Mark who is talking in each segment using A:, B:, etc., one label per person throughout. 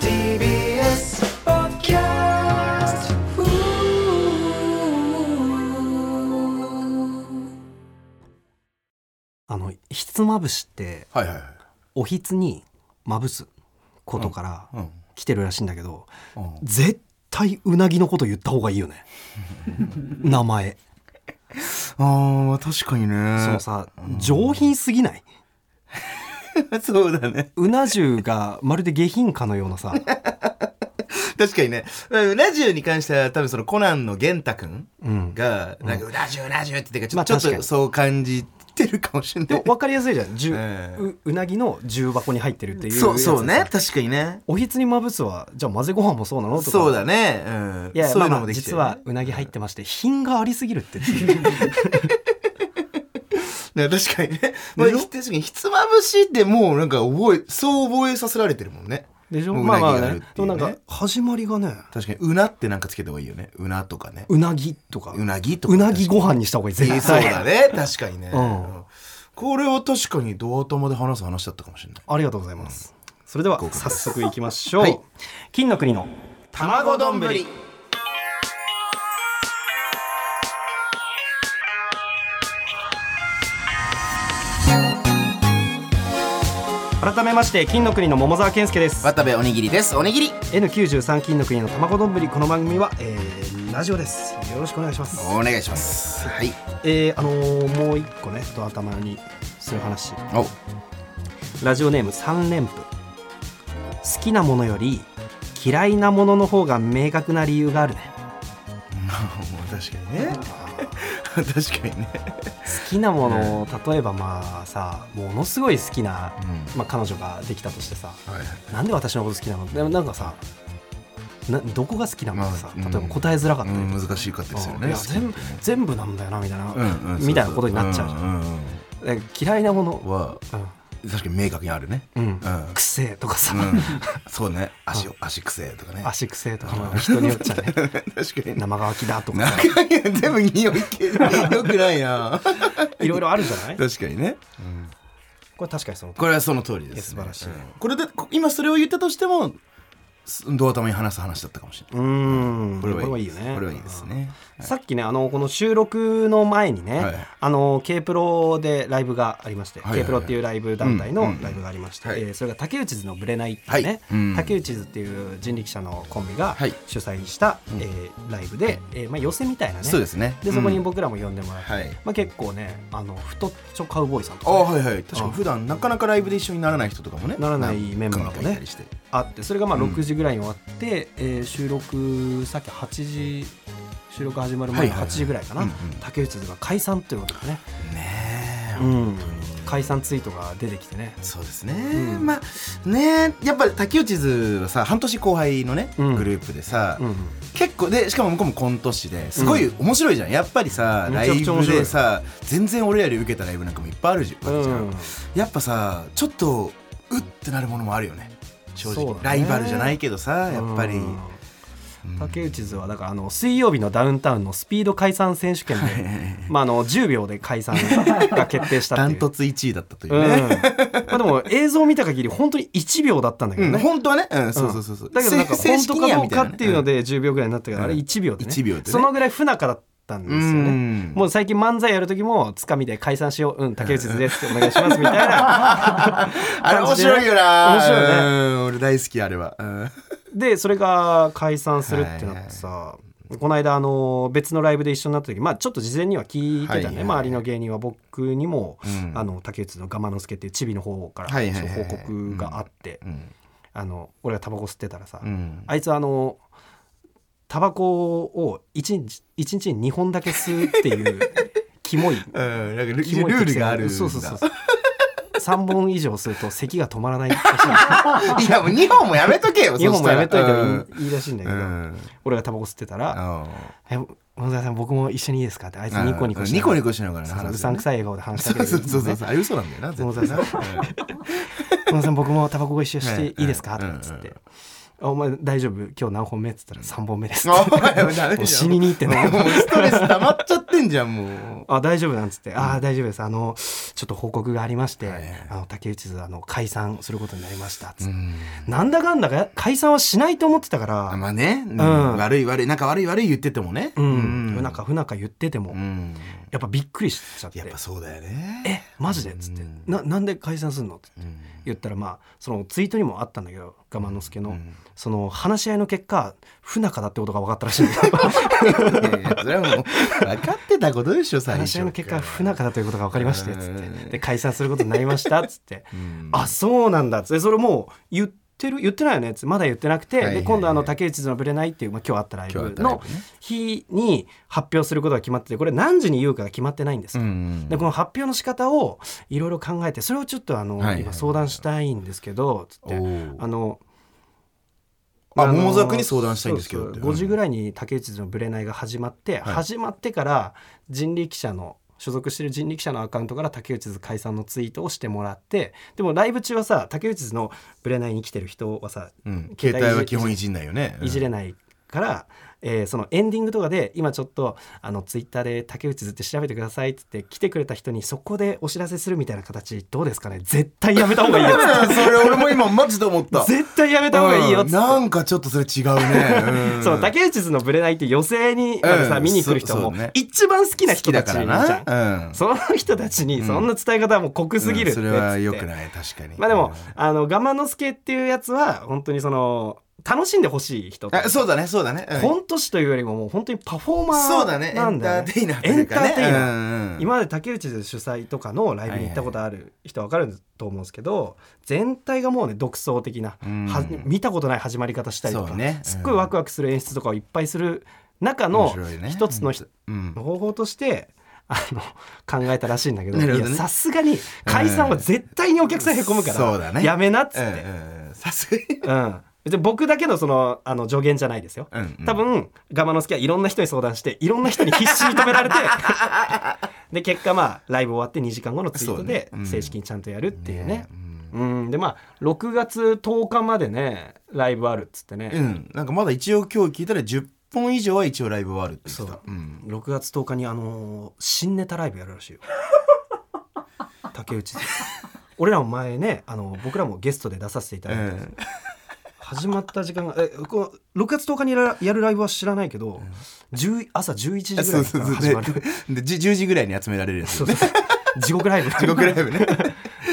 A: TBS ポッキャス
B: あのひつまぶしって
C: はいはいはい
B: おひつにまぶすことから
C: うん
B: 来てるらしいんだけど、
C: うん
B: 絶対うなぎのこと言った方がいい よね名前
C: あー確かにね
B: そのさ、上品すぎない
C: そうだね
B: うな重がまるで下品かのような さ
C: 確かにねうんラジオに関しては多分そのコナンの源太くん
B: うん
C: が、なんか、うなじゅうなじゅうって言って
B: まあ
C: か、ちょち
B: 確
C: ょっと
B: かに
C: そう感じてるかもしれない。
B: 分かりやすいじゃん、じゅ
C: ええ
B: ううなぎの重箱に入ってるっていうやつ
C: そう、そう
B: で
C: ね
B: さ。
C: 確かにね。
B: おひつにまぶすはじゃあ混ぜご飯もそうなのとか
C: そうだね。うん。
B: いや
C: そういうの
B: まあま
C: も
B: あ
C: できて
B: 実
C: る
B: はうなぎ入ってまして品がありすぎるって
C: ね確かにね。まあ、ひ確かに、ひつまぶしってもうなんか覚え、そう覚えさせられてるもんね。
B: でしょ
C: もう
B: まあまあ
C: うなぎがある
B: ね
C: って
B: で
C: い
B: も
C: う
B: な
C: ね
B: んか始まりがね
C: 確かに、うなってなんかつけた方がいいよね。うなとかね。
B: うなぎとか
C: うなぎとか。
B: うなぎご飯にした方がいい
C: 確かに。
B: 絶
C: そう
B: 対
C: だね。確かにね。
B: うん
C: これは確かに、ドア頭で話す話だったかもしれない。
B: ありがとうございますそれでは
C: 合格
B: 早速いきましょう、
C: はい
B: 金の国の卵丼ぶり改めまして金の国の桃沢健介です
C: 渡部おにぎりです。おにぎり。
B: N93 金の国の卵丼ぶりこの番組は、えー、ラジオですよろしくお願いします
C: お願いします。はい。
B: えー、あのーもう一個ねちょっと頭にする話
C: お。
B: ラジオネーム三連符好きなものより嫌いなものの方が明確な理由があるね
C: もう確かにね 確かにね、
B: 好きなものを例えばまあさものすごい好きな、
C: う
B: まあ、彼女ができたとしてさ
C: んはいはい、
B: なんで私のこと好きなのでもなんかさなどこが好きなのかさ、
C: まあうん
B: 例えば答えづらかったりとか、
C: 難しいかったですよ
B: い
C: ね
B: や全部全部なんだよなみたいな、
C: うんうん
B: みたいなことになっちゃうじゃん
C: んん
B: だから嫌いなも
C: うん
B: の
C: は確かに明確にあるね
B: うん、うん
C: うん
B: 癖とかさ、
C: うんそうね足を足くせえとかね
B: 足癖とかも人によっち ゃね
C: 確かに
B: 生乾きだとか
C: な
B: さ
C: んかいや全部匂い系よくないな
B: いろいろあるじゃない
C: 確かにね
B: これ確かにその
C: これはその通りです、ね、
B: いや素晴らしいね
C: うんこれでこ今それを言ったとしてもすどう頭に話す話だったかもしれな
B: うーん
C: い
B: これはいいよね
C: これはいいですね
B: さっきねあのこの収録の前にね、
C: はい
B: あの K プロでライブがありまして、
C: はいはいはい
B: K プロっていうライブ団体
C: うんう
B: の
C: ん
B: ライブがありまして、
C: はい
B: えーそれが竹内図のブレないっていうね、
C: はいうん
B: 竹内図っていう人力車のコンビが
C: はい
B: 主催した、
C: ん
B: えーライブで、えーまあ寄せみたいなね。
C: そうですね
B: でそこに
C: うん
B: 僕らも呼んでもらって、
C: はい
B: まあ結構ねあの太っちょカウボーイさんと
C: あ
B: かね、
C: はいはい確かに普段なかなかライブで一緒にならない人とかもね
B: ならないメンバーも
C: 何
B: ね
C: 組かいたりして
B: あってそれがまあ
C: うん
B: 6時ぐらいに終わって、えー収録さっき8時収録始まる
C: はい
B: 前の
C: はい
B: 8時ぐらいかな、
C: うんうん
B: 竹内図が解散ということでね、
C: ねえ、
B: うん、解散ツイートが出てきてね
C: そうですね、
B: うん
C: まあねえやっぱり竹内図はさ半年後輩のね、
B: うん
C: グループでさ、
B: うん
C: 結構でしかも向こうも今年ですごい面白いじゃん、やっぱりさ
B: め
C: ラ
B: ちゃく
C: イ
B: ちゃ
C: ブ
B: 面白い
C: でさ全然俺らより受けたライブなんかもいっぱいあるじゃん、
B: うん
C: やっぱさちょっとうってなるものもあるよね正
B: そ
C: 直、
B: うだね
C: ライバルじゃないけどさやっぱり、
B: うん
C: うん
B: 竹内図はだからあの水曜日のダウンタウンのスピード解散選手権で、まあ、あの10秒で解散が決定した
C: ダ
B: って
C: ン
B: いう
C: ト。ツ1位だったという
B: うん
C: ね、
B: まあ、でも映像を見た限り本当に1秒だったんだけど
C: うん、
B: ね、
C: 本当はね、うん、そうそうそうそう。
B: だけどなんか
C: 正
B: 本
C: 式
B: 当
C: に
B: か
C: は
B: ど
C: み
B: う
C: たいな
B: か
C: ね
B: っていうの、で10秒ぐらいになったからあれ1秒でね
C: 1秒でね
B: そのぐらい不仲だったんです
C: う
B: よね
C: ん、
B: もう最近漫才やる時もつかみで解散しよううん竹内ですお願いしますみたいな
C: あれ面白いよな。
B: 面白いね
C: うん俺大好きあれは。うん
B: でそれが解散するってなってさこの間あの別のライブで一緒になった時まあちょっと事前には聞いてた
C: はい
B: ね
C: はい
B: 周りの芸人は僕にも
C: うん
B: あの竹内のガマの助っていうチビの方から
C: はいはいはい
B: 報告があって
C: うん
B: あの俺がタバコ吸ってたらさ
C: うん。
B: あいつあのタバコを1日一日に2本だけ吸うっていうキモい
C: うん、 なんかルル
B: キモい
C: ールがあるんだ。
B: そうそうそうそう3本以上吸うと咳が止ま らないらし
C: いやもう日本もやめとけよ。
B: い2本もやめといたらいい,、
C: うん
B: いいらしいんだけ
C: う
B: ど、
C: ん。
B: 俺がタバコ吸ってたら
C: あ
B: 「え野沢さん僕も一緒にいいですか?」ってあいつニコニコして
C: ニコニコ
B: し
C: しながら
B: う
C: 話
B: う
C: す
B: さ
C: よ
B: ん
C: ね。
B: くさい笑顔で話し
C: そ
B: かけ
C: うそ
B: る
C: うそうそう
B: ね
C: あれ嘘なんだよな。
B: そう
C: 絶対な
B: 野沢さん僕もタバコご一緒していいですか?」
C: う
B: と
C: ん
B: かっつってあお前大丈夫今日何本目?」っつったら「3本目です」
C: あ おいダメじゃん
B: もう死にに行ってね
C: もうストレス溜まっちゃってんじゃんもう
B: あ大丈夫なんつって「ああ大丈夫ですあのちょっと報告がありまして、
C: はいはい
B: あの竹内図あの解散することになりました」つって、なんだかんだが解散はしないと思ってたから、
C: あまあね、うん
B: ん
C: 悪い悪いなんか悪い悪い言っててもね
B: うん不仲不仲言ってても、
C: うん
B: やっぱびっくりしちゃって
C: やっぱ
B: 「
C: そうだよね
B: えマジで?」っつって
C: うん
B: 「ななんで解散するの?」って
C: うん
B: 言ったらまあそのツイートにもあったんだけど我慢の助の、
C: うん
B: その話し合いの結果不仲だってことが分かったらし いんだよ
C: いやそれはもう分かってたことで しょ最
B: 話
C: 初
B: し合いの結果不仲だということが分かりましてつ
C: う
B: って
C: ん
B: で解散することになりましたっつって
C: うん
B: あそうなんだっつってそれもう言ってる言ってないよねっつってまだ言ってなくて、
C: はいはいはい
B: で今度あの竹内図のぶれないっていう、まあ、今日あったライ
C: 今日あ
B: ブ
C: ったライ
B: の
C: ブね
B: 日に発表することが決まっててこれ何時に言うかが決まってないんです
C: う
B: よ、
C: ん
B: でこの発表の仕方をいろいろ考えてそれをちょっとあの、
C: はいはい
B: 今相談したいんですけどつっ
C: お
B: て
C: ー
B: あの
C: あ
B: の
C: 桃沢君に相談したいんですけど
B: そうそう
C: って
B: 5時ぐらいに竹内図の「ブレない」が始まって、
C: はい
B: 始まってから人力車の所属してる人力車のアカウントから竹内図解散のツイートをしてもらってでもライブ中はさ竹内図の「ブレない」に来てる人はさ
C: うん携帯は基本いじんないよね
B: いじれないから、えーそのエンディングとかで今ちょっとあのツイッターで竹内図って調べてくださいっつって来てくれた人にそこでお知らせするみたいな形どうですかね絶対やめた方がいい よ
C: うんそれ俺も今マジで思った
B: 絶対やめた方がいいよ
C: う
B: っつ
C: ん
B: って。
C: なんかちょっとそれ違うね、うん
B: そう竹内図のブレないって予選にまでさ、
C: うん
B: 見に来る人
C: そ
B: も
C: うそうね
B: 一番好きな
C: 好き
B: 人
C: だ
B: たち
C: から
B: じゃん。
C: な、うん、
B: その人たちにそんな伝え方はもう濃くすぎるって
C: そ
B: つ
C: れ
B: って、
C: は良くない確かに
B: まあでも、あの我慢の助っていうやつは本当にその楽しんでほしい人
C: あそうだねそうだね、うん
B: コント師というよりももう本当にパフォーマ
C: そうだね
B: ーなんだよね
C: エンターテイナーというかね
B: エンターテイナー
C: うんうん
B: 今まで竹内図主催とかのライブに行ったことある人は分かると思うんですけど全体がもうね独創的な、
C: うん
B: は見たことない始まり方したりとか、
C: そうねうん
B: すっごいワクワクする演出とかをいっぱいする中
C: 面
B: の
C: 白いね
B: 一つのひ、
C: うん
B: 方法として。あの考えたらしいんだけど
C: なるほ
B: い
C: ど
B: や
C: ね
B: さすがに解散は絶対にお客さんへこむから、
C: うんそうだね
B: やめなっつっ
C: うん
B: て、
C: うんさすがに
B: うん、別に僕だけのそのあの助言じゃないですよ、
C: うんうん
B: 多分ガマの助はいろんな人に相談していろんな人に必死に止めら れてで結果まあライブ終わって2時間後のツイートで
C: そうねうん
B: 正式にちゃんとやるっていうね
C: ねうん
B: うんでまあ6月10日までねライブあるっつっ て
C: う
B: ね、
C: んなんかまだ一応今日聞いたら10本以上は一応ライブはあるって言って
B: そう
C: た、うん、
B: 6月10日にあのー新ネタライブやるらしいよ 竹内さん俺らも前ねあの僕らもゲストで出させていただいたんですよ
C: うん
B: 始まった時間がえこの6月10日にややるライブは知らないけど、10朝11時ぐら
C: そ
B: いう
C: そ
B: か
C: うそう
B: ら始まる
C: ででじ10時ぐらいに集められるやつ
B: そうそう地獄ライ ブ
C: 地獄ライブね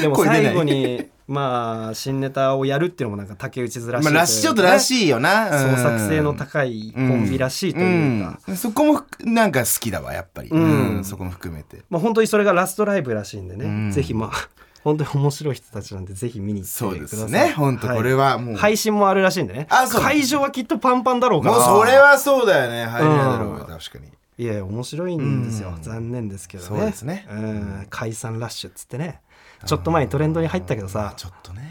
B: でも
C: 声出ない
B: 最後にまあ新ネタをやるっていうのもなんか竹内 ずらし
C: ま
B: い
C: あ
B: というかね
C: らしちょっとらしいよな、うん
B: 創作性の高いコンビらしいというか、
C: うんそこもなんか好きだわやっぱり、
B: うん
C: うんそこも含めて
B: まあ本当にそれがラストライブらしいんでね、
C: うん
B: ぜひまあ本当に面白い人たちなんでぜひ見に行
C: そ
B: っ
C: う
B: て
C: で
B: くださ
C: す
B: い
C: ね本当これ
B: は
C: はもう、
B: い配信もあるらしいんでね
C: あそうなんだ
B: 会場はきっとパンパンだろうから
C: もうそれはそうだよね入れないだろうよ
B: うん
C: 確かに
B: いやいや面白いんですよ、
C: うん
B: 残念ですけどね
C: そうですね
B: うん、解散ラッシュっつってねちょっと前にトレンドに入ったけどさ
C: ちょっとね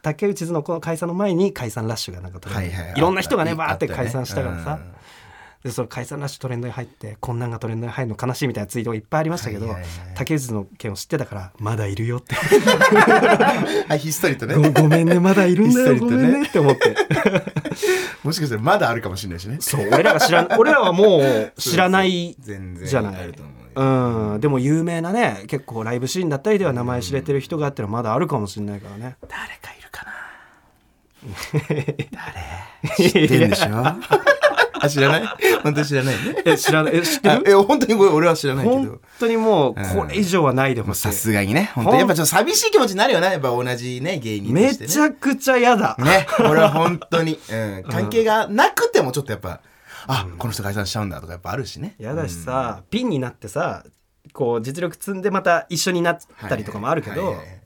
B: 竹内図のこの解散の前に解散ラッシュがなんかトレンドに、
C: はいはい
B: ろんな人がね
C: あった
B: バーって
C: あったよ
B: 解
C: ね
B: 散したからさ、でその解散ラッシュトレンドに入ってこんなんがトレンドに入るの悲しいみたいなツイートがいっぱいありましたけど、
C: はいはいはい
B: 竹内図の件を知ってたからまだいる よって
C: あひっそりとね
B: ごごめんねまだいるんだよ、
C: ひっそ
B: ご
C: りとね
B: めんねって思 って
C: もしかしたらまだあるかもしれないしね
B: そう俺らが知らん俺らはもう知らない
C: 全然
B: じゃない
C: あると思うよ
B: うん、でも有名なね結構ライブシーンだったりでは名前知れてる人がっていうのはまだあるかもしれないから ね
C: 誰かいるかな
B: 知っ
C: 知ってんでしょ あ知らない本当に知らないね
B: え知らないえ知って
C: あ
B: る
C: え本当にこれ俺は知 らないけど
B: 本当にもう
C: うん
B: これ以上はないで
C: も
B: ほ
C: う
B: し
C: さ
B: い、
C: すがにね本当にやっぱちょっと寂しい気持ちになるよなやっぱ同じね芸人と
B: め
C: してね
B: ちゃくちゃ嫌だ、
C: ね、俺は本当に、うん、関係がなくてもちょっとやっぱ、あ、この人解散しちゃうんだとかやっぱあるしね。
B: 嫌だしさ、ピンになってさこう実力積んでまた一緒になったりとかもあるけど、
C: はいはいはい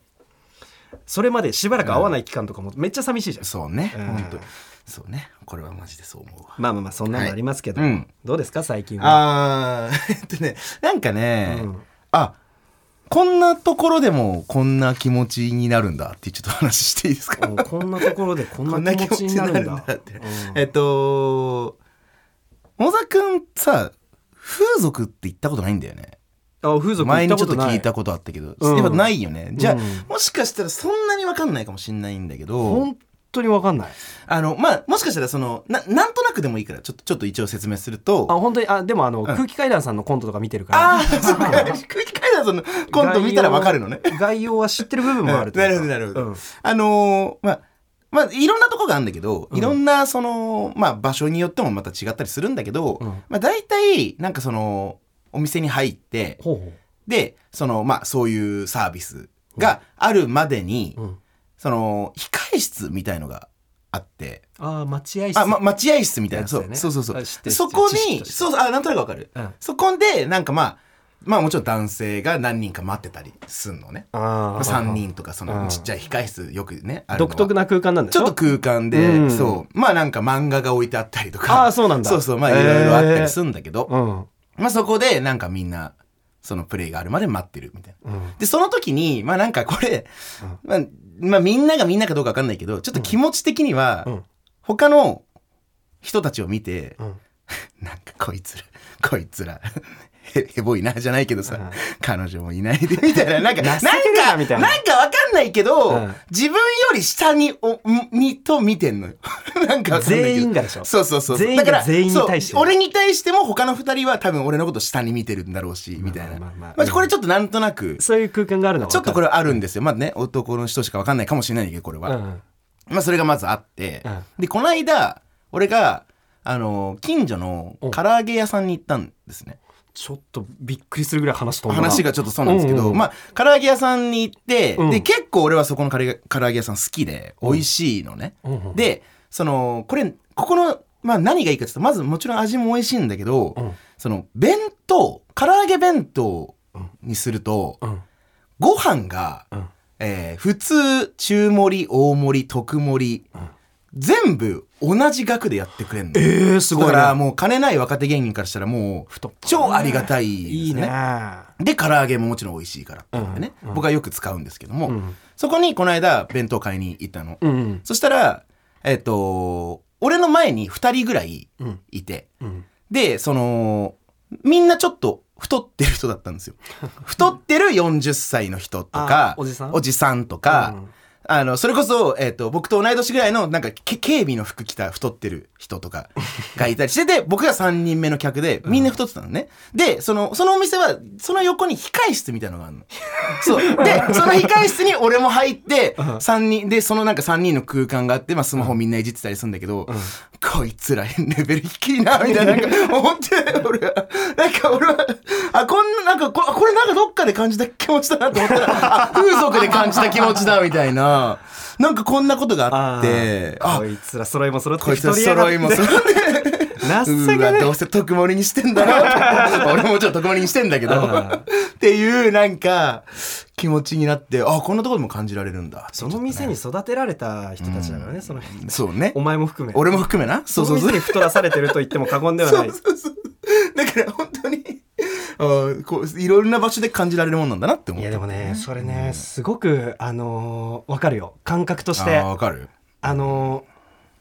B: それまでしばらく会わない期間とかもめっちゃ寂しいじゃん、
C: そうね、
B: うん
C: 本当そうね、これはマジでそう思うわ。
B: まあまあまあそんなのありますけど、
C: はいうん
B: どうですか最近は
C: あー、えっとね、なんかね、
B: うん
C: あ、こんなところでもこんな気持ちになるんだってちょっと話していいですか
B: うんこんなところでこ
C: こん
B: ん
C: な
B: な
C: 気持
B: 気持
C: ち
B: ち
C: に
B: に
C: な
B: な
C: る
B: る
C: ん
B: ん
C: だ
B: だ
C: って。
B: うん
C: えっと、小沢くんさ、風俗って行ったことないんだよね。
B: あ風俗行
C: 前
B: っ
C: に
B: た
C: ちょ
B: こ
C: っと
B: とな
C: 聞い
B: い
C: たことあったけど、
B: うん
C: やっぱないよねじゃあ、
B: うん
C: もしかしたらそんなに分かんないかもしんないんだけど
B: 本当に分かんない
C: あの、まあ、もしかしたらその、な、なんとなくでもいいから、ちょっと、ちょっと一応説明すると、
B: あ本当にあでもあの、空気階段さんのコントとか見てるから
C: ああ、そうか。空気階段さんのコント見たらわかるのね。
B: 概要概要は知ってる部分もあると
C: な
B: い
C: る
B: うか
C: ほど、なるほど。
B: うん
C: あのーまあ、まあ、いろんなとこがあるんだけど、いろんな、その、まあ、場所によってもまた違ったりするんだけど、
B: うん
C: まあ、大体、なんかその、お店に入って、
B: ほうほ
C: で、その、まあ、そういうサービスがあるまでに、
B: う、うん、
C: その、控え室みたいのがあって、
B: ああ待合室
C: あ、ま、待合室みたいな、
B: やつ
C: そ
B: だよ
C: う
B: ね
C: そうそうそ
B: あ知って
C: う。
B: る
C: そこ
B: 知識
C: に、
B: として
C: そうそう、あ、なんとなくわかる。
B: うん
C: そこで、なんかまあ、まあもちろん男性が何人か待ってたりすんのね。
B: あー
C: 3人とか、そ
B: うん
C: のちっちゃい控室よくね、あるのは
B: 独特な空間なんでし
C: ち
B: ょ
C: ょっと空間で、
B: うん
C: そう。まあなんか漫画が置いてあったりとか。
B: あーそうなんだ
C: そうそう、まあいろいろあったりするんだけど、
B: うん
C: まあそこでなんかみんな、そのプレイがあるまで待ってるみたいな。
B: うん
C: で、その時に、まあなんかこれ、まあ、まあみんながみんなかどうかわかんないけど、ちょっと気持ち的には、
B: うん
C: 他の人たちを見て、
B: うん
C: なんかこいつら、こいつら、へ、へぼいな、じゃないけどさ、
B: うん
C: 彼女もいないで、みたいな、なんか、なん
B: 情けねえ
C: か、
B: なみたい
C: な
B: なん
C: かわかんないけど、
B: うん
C: 自分より下に、お、んに、と見てんのよ。 なんかわかんないけど
B: 全員がでしょ
C: そうそうそう。
B: 全員が
C: だから
B: 全員に対して
C: そう俺に対しても他の二人は多分俺のこと下に見てるんだろうし、みたいな。
B: まあまあまあ
C: まあこれちょっとなんとなく、
B: そういう空間があるの
C: ちょっとこ
B: れ
C: れあるんですよ。まあね、男の人しかわかんないかもしれないけど、これは。
B: うん
C: まあそれがまずあって、
B: うん
C: でこの間俺があの近所の唐揚げ屋さんに行ったんですね
B: ちょっとびっくりするぐらい話飛んだな
C: 話がちょっとそうなんですけど、
B: うんうん
C: まあ唐揚げ屋さんに行って、
B: うん
C: で結構俺はそこの唐揚げ唐揚げ屋さん好きで美味しいのね、
B: うんうん
C: でそのこれここの、まあ、何がいいかっていうとまずもちろん味も美味しいんだけど、
B: うん
C: その弁当唐揚げ弁当にすると、
B: うん
C: ご飯が、
B: うん
C: えー普通中盛り大盛り特盛り、全部同じ額でやってくれるの、
B: えー、すごい
C: だから
B: な
C: もう金ない若手芸人からしたらもう
B: 太っ
C: 超ありがたいですね
B: いいね
C: で唐揚げももちろん美味しいからっていうのでね、
B: うんうん
C: 僕はよく使うんですけども、
B: うん
C: そこにこの間弁当買いに行ったの、
B: うん
C: そしたらえっ、と俺の前に2人ぐらい
B: うん
C: いて、
B: うん
C: でそのみんなちょっと太ってる人だったんです よ太ってる40歳の人とか
B: あおじさん
C: とか、
B: うん
C: あのそれこそ、えっと僕と同い年ぐらいのなんかけ警備の服着た太ってる人と かがいたりしてて僕が3人目の客でみんな太ってたのね、でそのそのお店はその横に控室みたいなのがあるのそうでその控室に俺も入って三人でそのなんか3人の空間があって、まあ、スマホみんないじってたりするんだけど、こいつらレベル低いなみたいななんか思って俺はなんか俺はあこんななんかここれなんかどっかで感じた気持ちだなと思ったらあ風俗で感じた気持ちだみたいななんかこんなことがあって
B: あー
C: あ
B: こいつら揃いも揃って
C: こいつら
B: 太りやが
C: 揃
B: って
C: いも揃って
B: 情け
C: うわ
B: ね
C: どうせ特盛りにしてんだなと思って俺ももちろん特盛りにしてんだけど
B: うん
C: っていうなんか気持ちになってあこんなとこでも感じられるんだ
B: その店に育てられた人たちだからね、その人
C: そうね
B: お前も含め
C: 俺も含めな
B: そ
C: そうそ
B: の
C: うそう
B: 店に太らされてると言っても過言ではない
C: そうそうそうだから本当にあーこういろんな場所で感じられるもんなんだなって思っ
B: い
C: て
B: やでもねそれねすごくあのーわかるよ感覚と
C: あ
B: して
C: ーわかる
B: あのー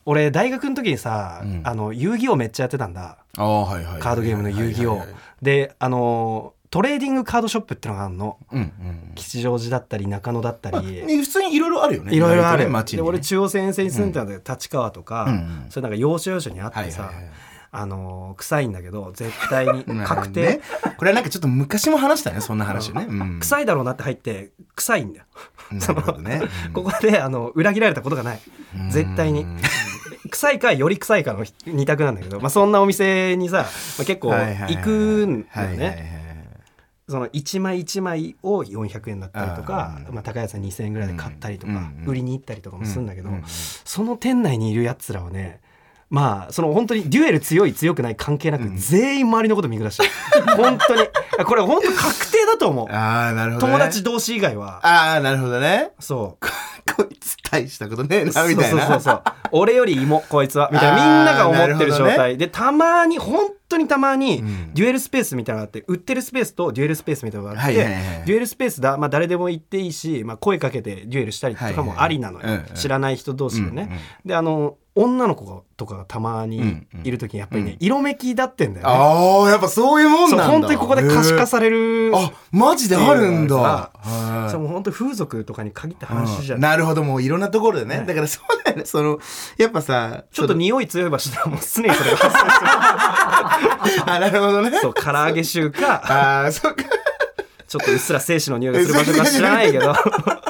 B: 俺大学の時にさ、
C: うん
B: あの遊戯王めっちゃやってたんだ
C: ああはいはい
B: カードゲームの遊
C: は
B: 戯
C: い
B: 王
C: はいはい
B: であのートレーディングカードショップってのがあるの
C: うんうん
B: 吉祥寺だったり中野だった
C: まあ
B: り、
C: ね普通にいろいろあるよね
B: いろいろあ
C: 割とね
B: る、
C: 街
B: で
C: にね
B: 俺中央線沿線に住んでたんで、立川とか、
C: うんうん
B: そういうなんか要所要所にあっ
C: は
B: て
C: い
B: さ、
C: はいはい
B: あのー臭いんだけど絶対 に確定、
C: ねこれはなんかちょっと昔も話したねそんな話ねうん
B: 臭いだろうなって入って臭いんだよ、
C: なるほどねうん
B: ここであの裏切られたことがない絶対に
C: うん
B: 臭いかより臭いかの二択なんだけど、まあ、そんなお店にさ、まあ、結構
C: はいはいはい
B: 行くんだ
C: はい
B: よ
C: はいはい
B: ねその1枚1枚を400円だったりとか
C: あー
B: まあ、高いやつは2000円ぐらいで買ったりとか、
C: うんうんうん
B: 売りに行ったりとかもするんだけど、
C: うんうんうん
B: その店内にいるやつらはねまあその本当にデュエル強い強くない関係なく全員周りのこと見下してる、本当にこれ本当確定だと思う
C: ああなるほどね
B: 友達同士以外は
C: ああなるほどね
B: そう
C: こいつ大したことねえ な
B: そう
C: みたいな
B: そうそうそう俺より芋こいつはみたいな
C: あ
B: み
C: ー
B: んなが思ってる状
C: なるほ
B: 態でたまに本当にたまに
C: うん
B: デュエルスペースみたいなのがあって売ってるスペースとデュエルスペースみたいなのがあって
C: はいはいはいはい
B: デュエルスペースだ、まあ、誰でも行っていいし、まあ、声かけてデュエルしたりとかもありなのよ、
C: はいはいはいうんうん
B: 知らない人同士でね、
C: うんうん
B: であの女の子とかがたまにいる時にやっぱりね、色めきだってんだよね。
C: ああ、やっぱそういうもん
B: そう
C: なんだ。
B: 本当にここで可視化
C: れ
B: される
C: あ、マジであるんだ。
B: って
C: はい
B: そうもう本当風俗とかに限った話じゃ
C: うん
B: ない、
C: なるほどもういろんなところでね、
B: はい
C: だからそうだよねそのやっぱさ
B: ちょっと
C: その
B: 匂い強い場所だもう常にそれが発 生する
C: あなるほどね
B: そう唐揚げ臭か
C: ああそっか
B: ちょっとうっすら精子の匂いがする場所か知らないけど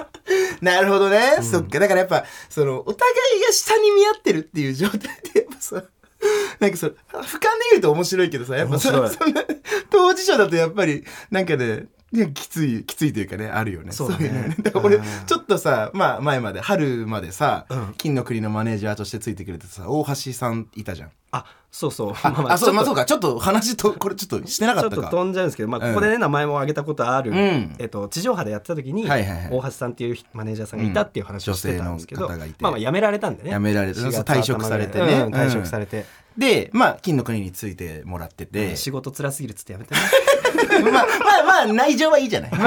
C: なるほどね、そっかだからやっぱそのお互いが下に見合ってるっていう状態でやっぱさ なんかその俯瞰で見ると面白いけどさやっぱそ
B: 面白
C: そ
B: い
C: んな当事者だとやっぱりなんかねいやきついきついというかねあるよね
B: そうだね
C: いのだから俺ちょっとさまあ前まで春までさ、
B: うん
C: 金の国のマネージャーとしてついてくれてさ大橋さんいたじゃん
B: あそうそう
C: あ、あそうまあ
B: ち
C: そ
B: ょ
C: う
B: っ
C: かちょっと話とこれちょっとしてなか
B: と
C: っ
B: ち
C: た
B: ょっと
C: か
B: 飛んじゃうんですけど、まあ、
C: うん
B: ここでね、名前も挙げたことある、
C: うん
B: えっと、地上波でやってた時に、
C: はいはいはい
B: 大橋さんっていうマネージャーさんがいたっていう話をしてたんですけど、
C: うん女性の方がいて
B: まあまあ辞められたんでね
C: 辞められた
B: 4月
C: 退職されてね
B: 頭ぐら
C: う
B: い
C: ん
B: うん退職されて、
C: でまあ金の国についてもらってて
B: 仕事辛すぎるっつって辞めてね
C: まあまあまあ内情はいいじ ゃない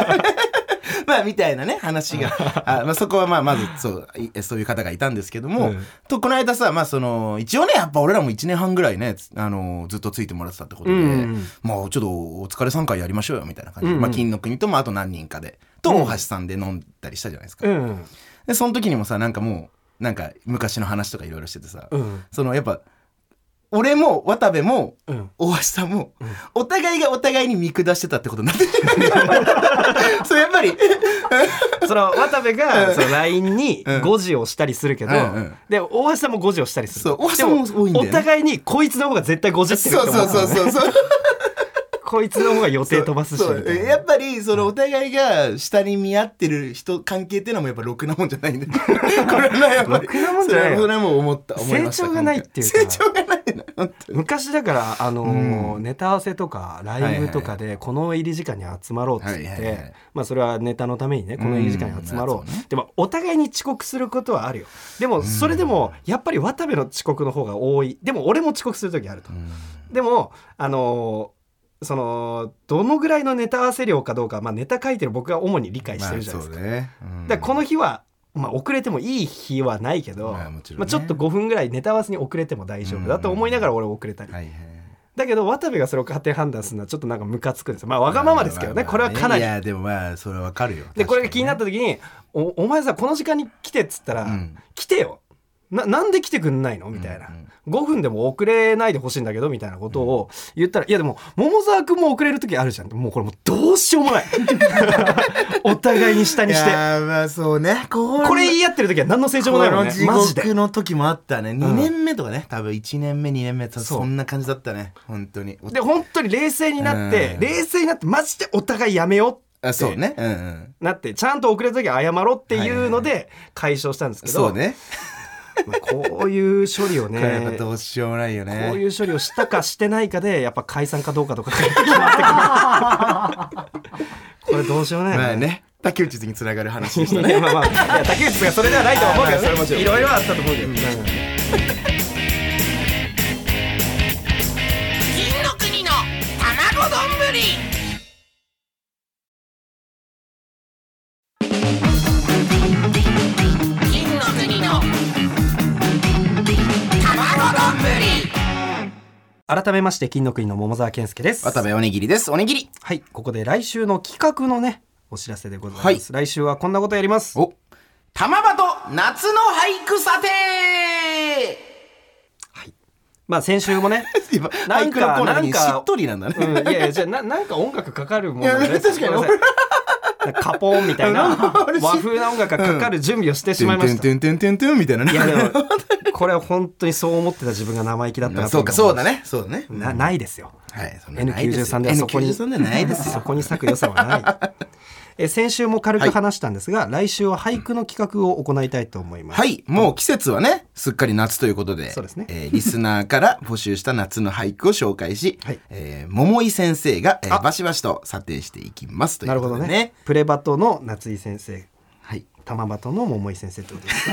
C: まあみたいなね話があ、まあ、そこはまあまずそういそういう方がいたんですけども、
B: うん
C: とこの間さまあその一応ねやっぱ俺らも1年半ぐらいねつあのずっとついてもらってたってことで、
B: うん
C: もうちょっとお疲れ3回やりましょうよみたいな感じで、
B: うんうん
C: まあ、金の国とまああと何人かでと大橋さんで飲んだりしたじゃないですか、
B: うん
C: でその時にもさなんかもうなんか昔の話とかいろいろしててさ、
B: うん
C: そのやっぱ俺も渡部も
B: うん
C: 大橋さんも、お互いがお互いに見下してたってことにな ってるそうやっぱり
B: その渡部
C: う
B: が
C: ん
B: その LINE に
C: うん
B: 誤字をしたりするけど、
C: うんうん
B: で大橋さんも誤字をしたりする
C: そう大橋さんも多いんだよね
B: でお互いにこいつの方が絶対誤字ってる
C: そ
B: と
C: う
B: 思
C: そうそうそうそう
B: こいつの方が予定飛ばすし
C: そう
B: みたいな
C: やっぱりそのお互いが下に見合ってる人関係っていうのもやっぱろくなもんじゃ ないんだこれはねやっぱり
B: ろくなもんじゃない
C: それは
B: よ
C: それはもう思った思いました
B: 成長がないっていうか
C: 成長がないな本当に
B: 昔だからあのー
C: う
B: ネタ合わせとかライブとかでこの入り時間に集まろうって言っ
C: はいはいはい
B: てまあそれはネタのためにねこの入り時間に集ま
C: う
B: ろ
C: ん
B: う、
C: そうね
B: でもお互いに遅刻することはあるよでもそれでもやっぱり渡部の遅刻の方が多いでも俺も遅刻する時あると、でもあのーそのどのぐらいのネタ合わせ量かどうか、まあ、ネタ書いてる僕が主に理解してるじゃないですか、
C: まあそうねうん
B: だからこの日は、まあ、遅れてもいい日はないけど、
C: まあもちろんね
B: まあ、ちょっと5分ぐらいネタ合わせに遅れても大丈夫だと思いながら俺遅れたり、
C: はいはい
B: だけど渡部がそれを勝手に判断するのはちょっとなんかムカつくんですよまあわがままですけどね
C: まあ
B: これはかないり
C: やでもまあそれはわかるよ
B: でこれが気になったた時に「おお前さこの時間に来て」っつったら「
C: うん
B: 来てよななんで来てくんないの?」みたいな、
C: うん
B: 5分でも遅れないでほしいんだけど」みたいなことを言ったら「いやでも桃沢君も遅れる時あるじゃん」もうこれもうどうしようも ないお互いに下にして
C: いやーまあそうねこ
B: これ言い合ってる時は何の成長もないもんね
C: この
B: マジ
C: 地
B: で
C: 獄の時もあったね
B: ん
C: 2年目とかね多分1年目2年目と
B: そう
C: そんな感じだったね本当に
B: で本当に冷静になって
C: うん
B: 冷静になってマジでお互いやめよう
C: あそうねうんうん
B: なってちゃんと遅れた時は謝ろうっていうので解消したんですけど、
C: そうね
B: まあこういう処理 を
C: これやっぱ
B: ね
C: どうしようもないよね
B: こういう処理をしたかしてないかでやっぱ解散かどうかとか決ま ってくるこれどうしようもないよ
C: まあね竹内につながる話でし
B: い
C: た
B: や
C: ね
B: まあまあいや竹内がそれではないとは思うけ
C: まあまあそれはもち
B: ど
C: ろん
B: ねいろいろあったと思うけど、うん
D: 金の国の卵丼金の国の卵丼
B: 改めまして金の国の桃沢健介です
C: 渡部おにぎりですおにぎり
B: はいここで来週の企画のねお知らせでございます、来週はこんなことやります
C: お玉鳩夏の俳句査定
B: まあ先週もね
C: 今
B: なんか
C: 俳句のコーナー的にし
B: なんか
C: っとりなんだね
B: うんいやいやじゃあななんか音楽かかるもん
C: いや確かに
B: ごめんなさいカポーンみたいな
C: 俺
B: 和風な音楽がかかる準備をしてしまいました、
C: てんてんてんてんてんみたいなね
B: いやでもこれは本当にそう思ってた自分が生意気だったなと
C: そう
B: 思
C: かそうだねそうだね
B: なないですよ
C: はいそんなないですよ
B: N93 ではそこに
C: N93 ではないですよ
B: そこに咲く良さはないえ先週も軽く話したんですが、来週は俳句の企画を行いたいと思います、
C: はい、もう季節はね、すっかり夏ということで、
B: そうですね
C: えーリスナーから募集した夏の俳句を紹介し、
B: はい
C: えー桃井先生が、えー
B: あ
C: バシバシと査定していきますという
B: なる
C: こ
B: ほ
C: と
B: ど
C: で
B: ね
C: ね。
B: プレバトの夏井先生
C: はい。
B: 玉バトの桃井先生ってことです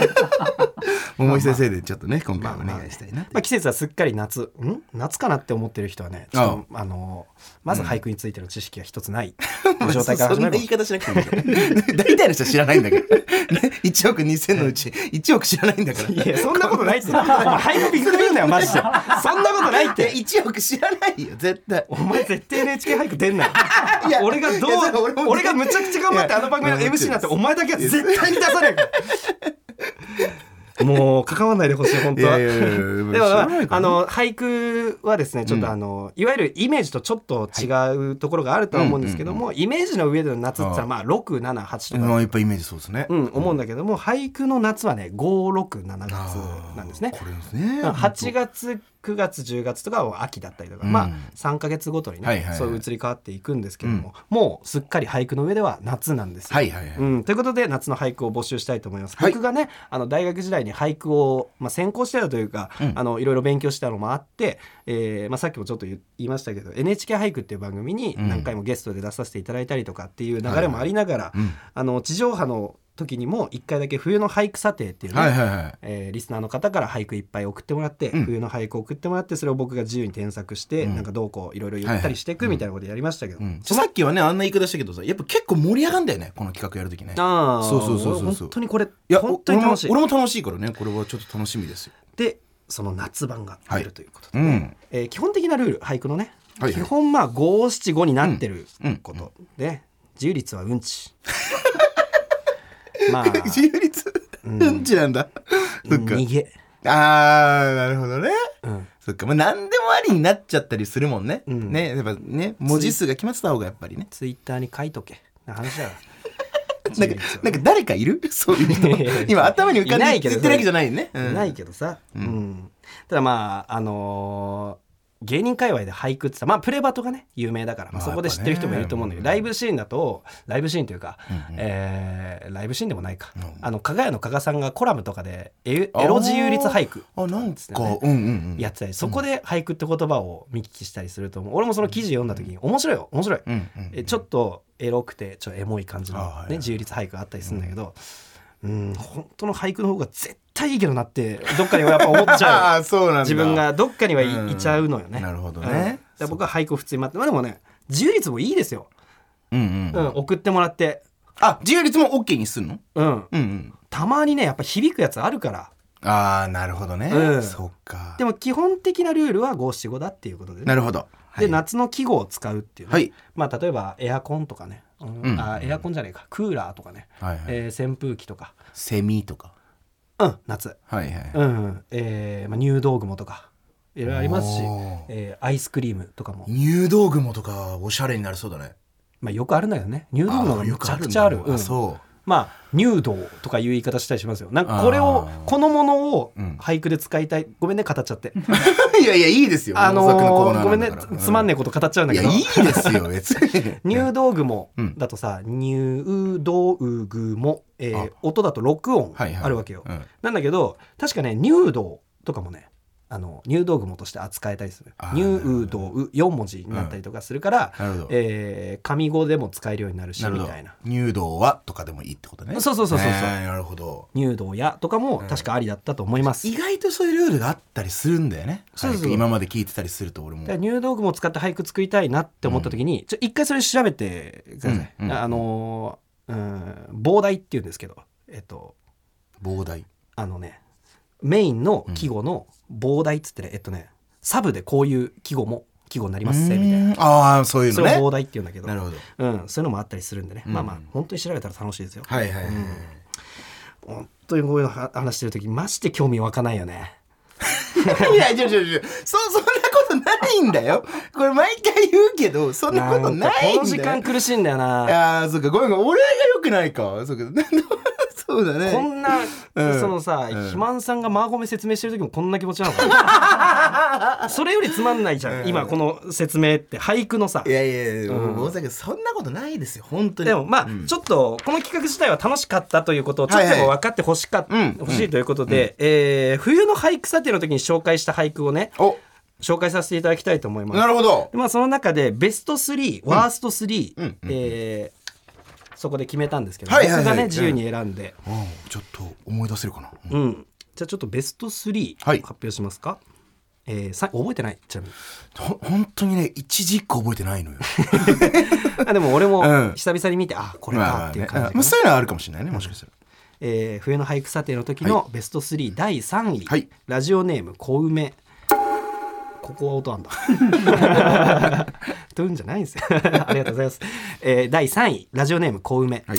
C: 桃井先生でちょっとね今回
B: まあ
C: はお
B: まあ
C: 願いしたいなって
B: まあ、季節はすっかり夏ん夏かなって思ってる人はねちょっとあのまず俳句についての知識が一 つない状態か
C: そ
B: ら始
C: んな
B: まる
C: 言い方しなくてもいいよ 大体の人は知らないんだから ね1億2000のうち1億知らないんだから
B: いやそんなことないって俳句びっくり言うんだよマジでそんなことないっ
C: いや
B: て
C: 1億知らないよ絶対
B: お前絶対 NHK 俳句出んなよ
C: いや
B: 俺がどう
C: いやそれ俺も
B: 俺がむちゃくちゃ頑張っ
C: い
B: て
C: や
B: あの番組の
C: いや
B: MC になってお前だけは絶対に出さないからもう関わんないでほしい本
C: い
B: 当
C: や
B: は。
C: いやいやいや
B: でも
C: 知らないか
B: あ
C: らね
B: の俳句はですねちょっとあの、いわゆるイメージとちょっと違うところがあるとは思うんですけども、イメージの上での夏って言ったらまあ678とか、
C: まあいっぱいイメージそうですね
B: うん、思うんだけども俳句の夏はね567月なんですね
C: こ。れですね
B: 8月9月10月とかは秋だったりとか、
C: うん
B: まあ3か月ごとにね、
C: はいはいはい
B: そういう移り変わっていくんですけども、もうすっかり俳句の上では夏なんですよ。
C: はいはいはい
B: うん、ということで夏の俳句を募集したいと思います。
C: はい
B: 僕がねあの大学時代に俳句を、まあ、専攻してたというか、あのいろいろ勉強してたのもあって、えーまあ、さっきもちょっと言言いましたけど「NHK 俳句」っていう番組に何回もゲストで出させていただいたりとかっていう流れもありながら、あの地上波の時にも1回だけ冬の俳句査定っていうね、
C: はいはいはい
B: えーリスナーの方から俳句いっぱい送ってもらって、冬の俳句送ってもらってそれを僕が自由に添削して、なんかどうこういろいろ言ったりしていくみたいなことやりましたけど、
C: うんさっきはねあんな言い方したけどさやっぱ結構盛り上がんだよねこの企画やるときね
B: ああ
C: そうそうそうそうそう
B: 本当にこれ
C: いや
B: 本当に楽しい
C: 俺も俺も楽しいからねこれはちょっと楽しみですよ
B: でその夏版が出
C: は
B: る
C: い
B: ということで、
C: うん
B: えー基本的なルール俳句のね、
C: はいはい
B: 基本まあ五七五になってる
C: うんうん
B: こと、で自由率はうんちまあ
C: 自由率うんちなんだそっか
B: 逃げ、
C: あーなるほどね
B: うん、
C: そっかまあ何でもありになっちゃったりするもんね
B: ん
C: ねやっぱね文字数が決まってた方がやっぱり ね
B: ツイッターに書いとけな話だよ
C: なんかなんか誰かい るそういう人
B: いやいやいや
C: 今頭に浮かん
B: いな
C: で
B: いけど
C: 言ってるわけじゃないよねうん
B: ないけどさ、うんただまああのー芸人界隈で俳句ってさ、まあ、プレバトがね有名だから、まあ、
C: まあ
B: そこで知ってる人もいると思うんだけど、
C: やっ
B: ラ
C: ぱ
B: イブシーンだとライブシーンというか、えーライブシーンでもないか、
C: ん
B: あの加賀屋の加賀さんがコラムとかでエエロ自由律俳句
C: あなん
B: です
C: か
B: よね
C: うんうんうん
B: やってたりそこで俳句って言葉を見聞きしたりすると思う俺もその記事読んだ時に面白いよ面白い、
C: うんうん
B: えちょっとエロくてちょっとエモい感じの、ね
C: あはいはい
B: 自由律俳句があったりするんだけどうん本当の俳句の方が絶対いいけどなってどっかにはやっぱ思っちゃ
C: あ
B: う
C: あそうなんだ
B: 自分がどっかにはい,、
C: うん
B: ちゃうのよね
C: なるほどね
B: うんだから僕は俳句を普通に待ってまあでもね自由律もいいですよ、
C: うんう
B: うんん、送ってもらって、
C: あ自由率も OK にするの
B: うん、
C: うんうん
B: たまにねやっぱ響くやつあるから
C: ああなるほどね、
B: うん
C: そっか
B: でも基本的なルールは五七五だっていうことでね、
C: なるほど
B: で夏の季語を使うっていうね、
C: はい
B: まあ、例えばエアコンとかね、うん
C: うん
B: あエアコンじゃないかクーラーとかね、
C: はいはい
B: えー扇風機とか、
C: セミとか
B: うん、夏、
C: はいはい、
B: うんえーまあ、入道雲とかいろいろあります
C: お
B: し
C: ー、
B: えーアイスクリームとかも、
C: 入道雲とかおしゃれになりそうだね
B: まあ、よくあるんだよね入道雲がめちゃくちゃあるうん
C: そ
B: まあ入道とかいう言い方したりしますよなんかこれを
C: あー
B: このものを
C: うん
B: 俳句で使いたいごめんね語っちゃって、
C: う いやいやいいですよ
B: あの
C: 大阪コーナ
B: ー、
C: ー
B: ごめんね
C: なんだから
B: つまんねえこと語っちゃうんだ
C: い
B: け
C: や
B: ど
C: いいですよ別 に
B: 入道雲
C: うん
B: だとさ、入道雲、えー音だと6音
C: はいはい
B: あるわけよ、
C: うん
B: なんだけど確かね入道とかもねあの入道雲として扱えたりする
C: あー
B: 入道4文字になったりとかするから、
C: なるほど
B: えー上語でも使えるようになるし
C: なる
B: み
C: ほど
B: たいな
C: 入道はとかでもいいってことね
B: そうそうそうそうそう
C: ねえなるほど
B: 入道やとかも確かありだったと思います、
C: 意外とそういうルールがあったりするんだよね
B: そうそうそう
C: はい今まで聞いてたりすると俺も
B: だから入道雲を使って俳句作りたいなって思った時に、ちょ一回それ調べてください、
C: うんうん
B: あのーうん膨大っていうんですけどえっと
C: 膨大
B: あのねメインの季語の膨大っつってね、えっとねサブでこういう季語も季語になりますぜみたいな
C: うーんああそういう
B: そ
C: の
B: れ
C: ね
B: を膨大って言うんだけど
C: なるほど
B: うん、そういうのもあったりするんでね、まあまあ本当に調べたら楽しいですよ、
C: はいはいはい、
B: 本当にこういうのは話してる時まして興味湧かないよね
C: いや、ちょちょちょ、そ、そんなことないんだよ。これ毎回言うけど、そんなこと
B: んか
C: ないんだよ。
B: この時間苦しいんだよな
C: ああ、そっか、ごめんごめん、俺が良くないか。そうか、 なんだそうだ
B: こ
C: ね。
B: んな、
C: うん
B: そのさ、
C: うん
B: 肥満さんがマーゴメ説明してる時もこんな気持ちなのかなそれよりつまんないじゃん、今この説明って俳句のさ
C: いやいやいや、
B: うん
C: 大阪、そんなことないですよ、本当に。
B: でもまあ、ちょっとこの企画自体は楽しかったということをちょっとでも分かってほしかっ、
C: はいはいうん
B: 欲しいということで、えー冬の俳句査定の時に紹介した俳句をね
C: お、
B: 紹介させていただきたいと思います。
C: なるほど
B: で。まあその中でベスト3、ワースト3、
C: うんうん
B: えーそこで決めたんですけど、
C: はいはいはい
B: 僕がね自由に選んで、
C: あーちょっと思い出せるかな。
B: うんじゃあちょっとベスト3
C: は
B: 発
C: い
B: 表しますか、えーさ覚えてないちなみに
C: ほ本当にね一字一句覚えてないのよ
B: あでも俺も
C: うん
B: 久々に見て、あこれかっていう
C: まあまあねう
B: 感じ
C: んまあそういうのはあるかもしれないねもしかしたら、
B: えー冬の俳句査定の時のベスト3、第3位、
C: はい
B: ラジオネーム小梅ここは音あんだ というんじゃないんですよ ありがとうございます、えー第3位ラジオネーム小梅、
C: はい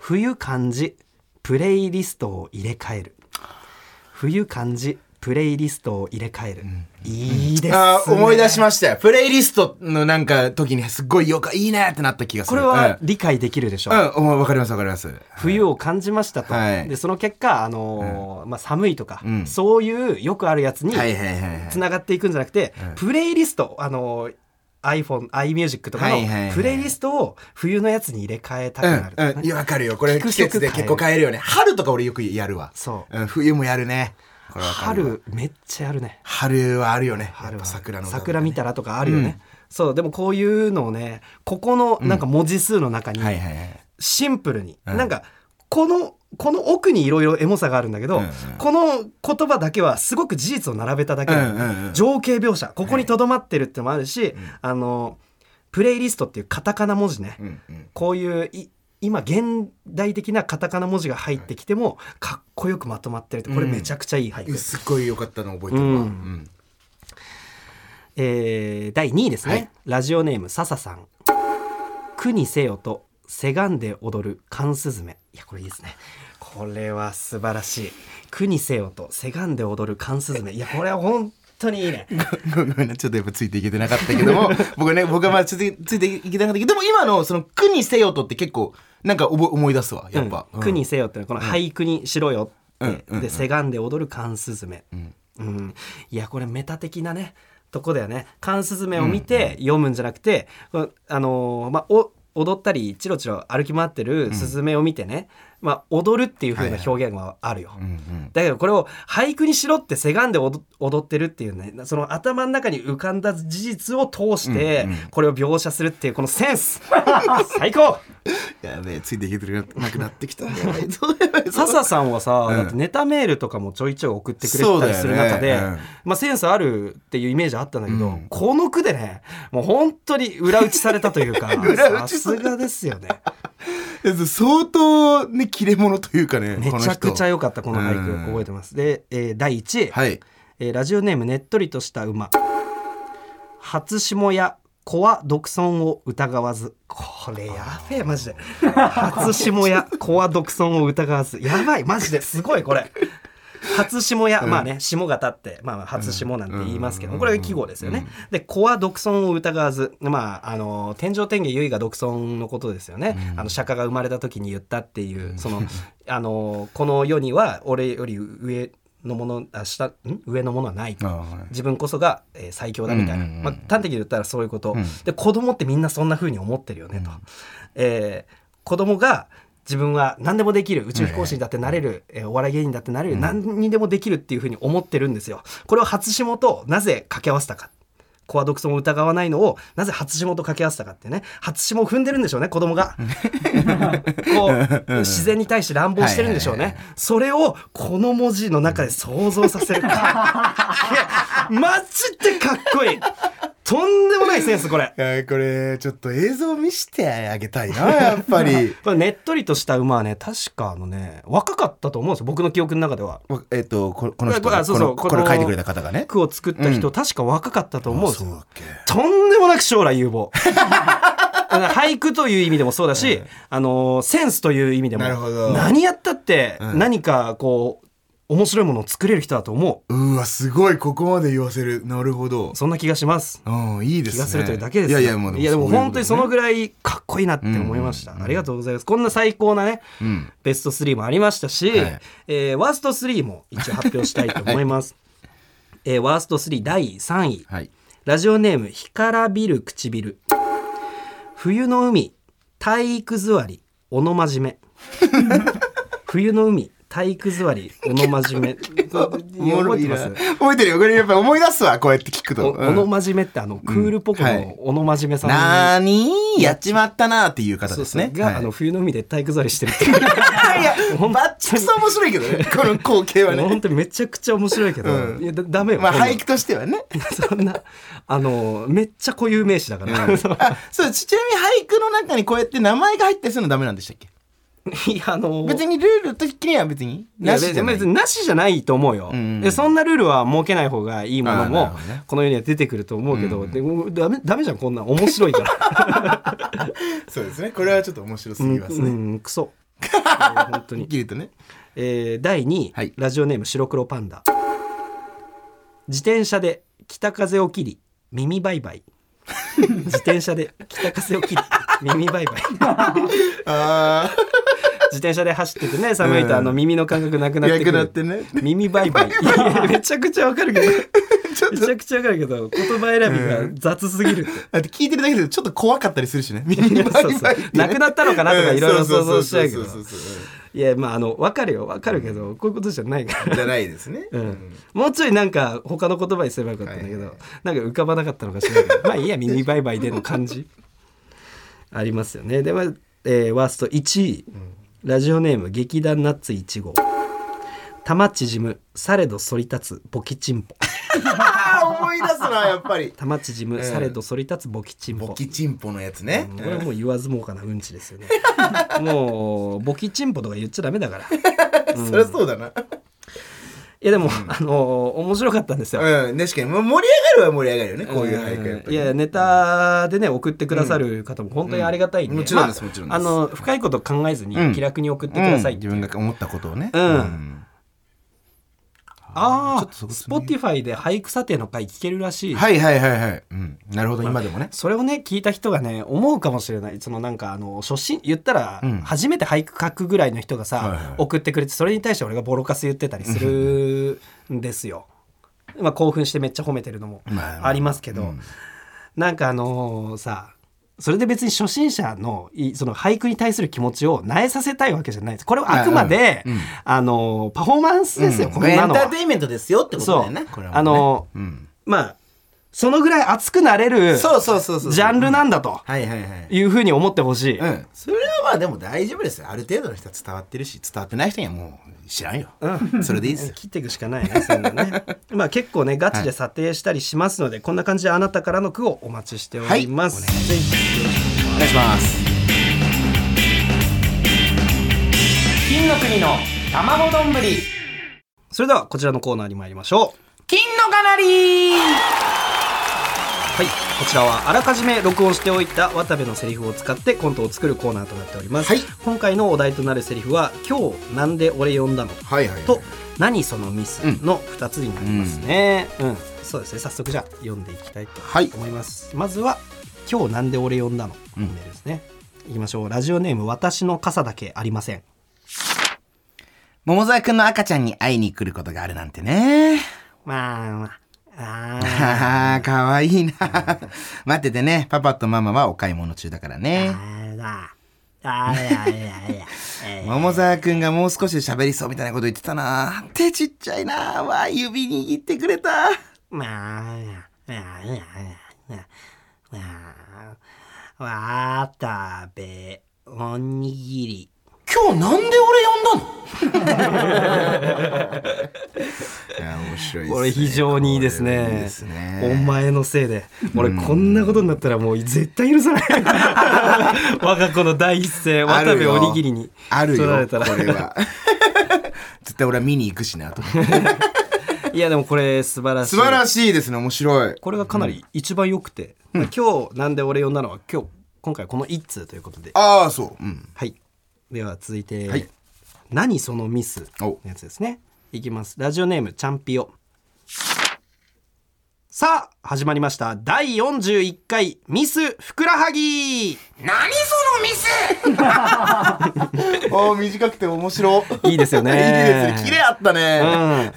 B: 冬漢字プレイリストを入れ替える冬漢字プレイリストを入れ替える、いいですね
C: あー思い出しましたよプレイリストのなんか時にすっごいよかいいねってなった気がす
B: こ
C: る
B: れは理解できるでしょう、
C: うん、うん、わかりますわかります
B: 冬を感じましたと、
C: はい
B: でその結果、あのーまあ、寒いとか、
C: うん
B: そういうよくあるやつに
C: はいはいはいはい
B: つながっていくんじゃなくて、プレイリスト、あのー iPhone、iMusic とか
C: はいはいは
B: の
C: い
B: プレイリストを冬のやつに入れ替えたくなるとかね、
C: うん、うん、いやわかるよこれ
B: 聞く
C: 季節で
B: 曲
C: 結
B: 変える
C: 構変えるよね春とか俺よくやるわ、
B: そう
C: ん、冬もやるねこれわかるわ
B: 春めっちゃあるね
C: 春はあるよねや
B: 春
C: っ
B: は
C: ぱ桜の歌とかね
B: 桜見たらとかあるよね、そうでもこういうのをねここのなんか文字数の中に
C: はいはいはい
B: シンプルに、
C: うん
B: なんかこのこの奥にいろいろエモさがあるんだけど、
C: うんうん
B: この言葉だけはすごく事実を並べただけなの、
C: うんうんうん
B: 情景描写ここにとどまってるってのもあるし、あのプレイリストっていうカタカナ文字ね、
C: うんうん
B: こういうい今現代的なカタカナ文字が入ってきてもかっこよくまとまってるってこれめちゃくちゃいい俳句、
C: うんすっごい良かったの覚えてるわ、
B: うん
C: うん
B: えー第2位ですね、
C: はい
B: ラジオネーム笹さん「苦にせよ」と「せがんで踊る寒スズメ」いやこれいいですねこれは素晴らしい「苦にせよ」と「せがんで踊る寒スズメ」いやこれは本当にいいね
C: ごごめんなちょっとやっぱついていけてなかったけど も僕はね僕はまあついてついていけてなかったけどでも今のその「苦にせよ」とって結構なんか覚え思い出すわやっぱ、
B: う
C: うんん
B: 苦にせよってのはこの俳句にしろよっ
C: う
B: て、
C: んうんうん
B: でせがんで踊る寒スズメ、うんいやこれメタ的なねとこだよね寒スズメを見て読むんじゃなくて、こうあのーまあお踊ったりチロチロ歩き回ってるスズメを見てね、まあ、踊るっていう風な表現はあるよ、
C: うんうん
B: だけどこれを俳句にしろってせがんで踊踊ってるっていうねその頭の中に浮かんだ事実を通してこれを描写するっていうこのセンス 最高
C: やべえついていけてなくなって きたやばいどうやばい
B: 笹さんはさ、
C: うん
B: だってネタメールとかもちょいちょい送ってくれ
C: そう
B: た
C: だよ
B: り
C: ね
B: する中で、
C: うん
B: まあ、センスあるっていうイメージあったんだけど、
C: うん
B: この句でねもう本当に裏打ちされたというか
C: 裏
B: さ
C: 打ちさ
B: す
C: れ
B: がです よね
C: 相当ね切れ者というかね
B: めちゃくちゃ良かったこの俳句、
C: うん
B: 覚えてますで、えー第1位、
C: はい
B: えーラジオネームねっとりとした馬初霜や子は独尊を疑わずこれやべえマジで初霜や子は独尊を疑わずやばいマジですごいこれ初霜や、まあね霜が立って、まあ、初霜なんて言いますけど、これが季語ですよね、で子は独尊を疑わずまああの天上天下唯我独尊のことですよね、あの釈迦が生まれた時に言ったっていう、そのあのこの世には俺より上のものあ下ん上のものはないと
C: あはい
B: 自分こそが、えー最強だみたいな、
C: うんうんうん
B: まあ、端的に言ったらそういうこと、
C: うん
B: で子供ってみんなそんな風に思ってるよねと、えー子供が自分は何でもできる宇宙飛行士にだってなれる、えーお笑い芸人だってなれる、何にでもできるっていう風に思ってるんですよこれを初霜となぜ掛け合わせたかコア独尊を疑わないのをなぜ初霜と掛け合わせたかっていうね初霜を踏んでるんでしょうね子供が こう自然に対して乱暴してるんでしょうねそれをこの文字の中で想像させるマジでかっこいいとんでもないセンスこれ
C: いやこれちょっと映像見してあげたいなやっぱ り
B: これねっとりとした馬はね確かあのね若かったと思うんですよ僕の記憶の中では
C: わえっ、とここの人
B: これ
C: が
B: あそうそう
C: このこ
B: この
C: れ書いてくれた方がね
B: 句を作った人、
C: う
B: 確か若かったと思うんです
C: そうだ
B: よ
C: っけ
B: とんでもなく将来有 望俳句という意味でもそうだし、あのセンスという意味でも
C: なるほど
B: 何やったって
C: うん
B: 何かこう面白いものを作れる人だと思
C: うわすごいここまで言わせるなるほど
B: うそんな気がします
C: うんいいで
B: 気
C: すね
B: がするというだけですよ
C: いやいやもう
B: いやでも
C: そういう
B: 本
C: こ
B: 当
C: と
B: に
C: です
B: そ
C: ね
B: のぐらいかっこいいなって思いました、ありがとうございますこんな最高なね、
C: うん
B: ベスト3もありましたし、
C: はい
B: えーワースト3も一応発表したいと思 います、えーワースト3第3位、
C: はい
B: ラジオネーム干からびる唇冬 の海体育座りおのまじめ冬の海体育座り、おのまじめ。覚えてます
C: 覚えてるよ。これやっぱ思い出すわ、こうやって聞くと。
B: おおの
C: うん
B: まじめってあの、クールポコ
C: は
B: の
C: い
B: おのまじめさんに
C: なーにーやっちまったなーっていう方
B: そう
C: で
B: ですす
C: ね。。
B: ねが、
C: はい
B: あの、冬の海で体育座りしてるってい う。
C: いや、バッチクソ面白いけどね、この光景は
B: 本
C: ね。
B: 当にめちゃくちゃ面白いけど、
C: うん
B: いやだダメよ。
C: まあ、
B: こんな
C: 俳句としてはね。
B: そんな、あの、めっちゃ固有名詞だから。
C: あ、そう、ちちなみに俳句の中にこうやって名前が入ったりするのダメなんでしたっけ
B: いや、あの、
C: 別にルール的には別に。
B: いや
C: なしじゃない
B: 別になしじゃないと思うよ、
C: うん
B: でそんなルールは設けない方がいいもの
C: あーなる
B: も
C: ほどね
B: この世には出てくると思うけど、でもうダメダメじゃんこんなん面白いから、
C: そうですね。これはちょっと面 白す
B: う
C: ぎ
B: ん
C: ますね。
B: うんクソ えー本当
C: はっ
B: に、
C: きりとね。
B: えー第2位、
C: はい
B: ラジオネーム白黒パンダ自転車で北風を切り耳バ イバイ自転車で北風を切り耳バイバイ
C: あ
B: 自転車で走っててね寒いとあの
C: うん
B: 耳の感覚なく
C: あ、
B: なっ
C: 逆
B: てくる
C: なってね。
B: 耳バイ バイいやめちゃくちゃわかるけどめちゃくちゃわかるけど言葉選びが雑 すぎるって、
C: だって聞いてるだけでちょっと怖かったりするしね。耳にバイバ
B: そう
C: イ
B: そう
C: ってね
B: なくなったのかなとか
C: うん
B: いろいろ想像しちゃうけ
C: そう
B: ど
C: そうそうそう
B: いやまああのわかるよわかるけどこういうことじゃないか
C: うん
B: ら。
C: じゃないですね。
B: う
C: うん
B: ん、もうちょいなんか他の言葉にすればよかったんだけど、
C: はいはい
B: なんか浮かばなかったのかしら ないけどまあいいや耳バイバイでの感じありますよねでは、えーワースト1位、ラジオネーム劇団ナッツ1号玉縮むされど反り立つボキチンポ
C: ああ、思い出すな、やっぱり。
B: 玉縮むされど反り立つボキチンポ、
C: ボキチンポのやつね。
B: これはもう言わずもうかなうんちで すよねもうボキチンポとか言っちゃダメだからい
C: そりゃそうだな。
B: やでも、あのー面白かったんですよ、
C: うん、確かに。もう盛り上がるは盛り上がるよね、こういう俳句はやっぱ
B: い
C: り。
B: やネタでね送ってくださる方も本当にありがたいんで、
C: うんもちろんですもちろんです
B: あの深いこと考えずに
C: うん
B: 気楽に送ってく
C: うん
B: ださいっ
C: 自
B: ていう、
C: 分が思ったことをね。
B: うん
C: うん
B: あ
C: ちょ
B: あ
C: っとそこ
B: スポティファイで俳句査定の回聞けるらしい、
C: はいはいはいはい。うん。なるほど、今でもね。
B: それをね聞いた人がね思うかもしれないそのなんかあの初心言ったら、
C: うん
B: 初めて俳句書くぐらいの人がさ、
C: はいはい
B: 送ってくれてそれに対して俺がボロカス言ってたりするんですよ。まあ、興奮してめっちゃ褒めてるのも
C: まあ
B: ありますけど、なんかあのーさそれで別に初心者のいその俳句に対する気持ちを萎えさせたいわけじゃないですこれはあくまで、
C: うんうん
B: あのーパフォーマンスですよ、こん
C: エン
B: な
C: タ
B: のは
C: ーテインメントですよってことだよね。
B: そう
C: これはも
B: あのー
C: うねうん
B: まあそのぐらい熱くなれる
C: そうそうそうそう。
B: ジャンルなんだと。
C: はいはいはい。
B: いうふうに思ってほしい。
C: うん、それはまあでも大丈夫ですよある程度の人は伝わってるし伝わってない人にはもう知らんよ、それでいいですよ
B: 切っていくしかないね、そんな ね。まあ結構ね、ガチで査定したりしますので、こんな感じであなたからの句をお待ちしております。
C: はいお願いします
B: 金の国の卵丼ぶり。それではこちらのコーナーに参りましょう。
D: 金のがなり
B: はい、こちらはあらかじめ録音しておいた渡部のセリフを使ってコントを作るコーナーとなっております、
C: はい
B: 今回のお題となるセリフは「今日なんで俺呼んだの?」
C: はいはいはい
B: と「何そのミス」の2つになりますね、うんそうですね早速じゃあ読んでいきたいと
C: はい
B: 思います、まずは「今日なんで俺呼んだの?」メールですね、いきましょうラジオネーム「私の傘だけありません
C: 桃沢くんの赤ちゃんに会いに来ることがあるなんてね」
B: まあまああー
C: ああかわいいな待っててねパパとママはお買い物中だから
B: あ
C: ね
B: ーだあーやいやいやえー
C: 桃沢くんがもう少しで喋りそうみたいなこと言ってたな手ちっちゃいなわあ指握ってくれた
B: まあ、まあ、まあ、まあ、わたべ、おにぎり。
C: 今日なんで俺呼んだの いや面白いですね
B: これ非常にいいです
C: これいい
B: ね
C: ですね。
B: お前のせいで、俺こんなことになったらもう絶対許 さない。我が子の第一声、
C: ある
B: 渡部
C: よ
B: おにぎりに
C: ある
B: 取
C: よ
B: られたら。
C: これ は絶対俺は見に行くしなと思って
B: いやでもこれ素晴らしい。
C: 素晴らしいですね面白い
B: これがかなり一番良くて、まあ今日なんで俺呼んだのは今日、今回この一通ということで。
C: ああそううん
B: はい。では続いて、
C: はい
B: 何そのミスの
C: お
B: やつですね。いきます。ラジオネームチャンピオ。さあ始まりました第41回ミスふくらはぎい
D: 何その ミス
C: ああ短くて面白い
B: いですよ ね
C: いいですね綺麗あったね、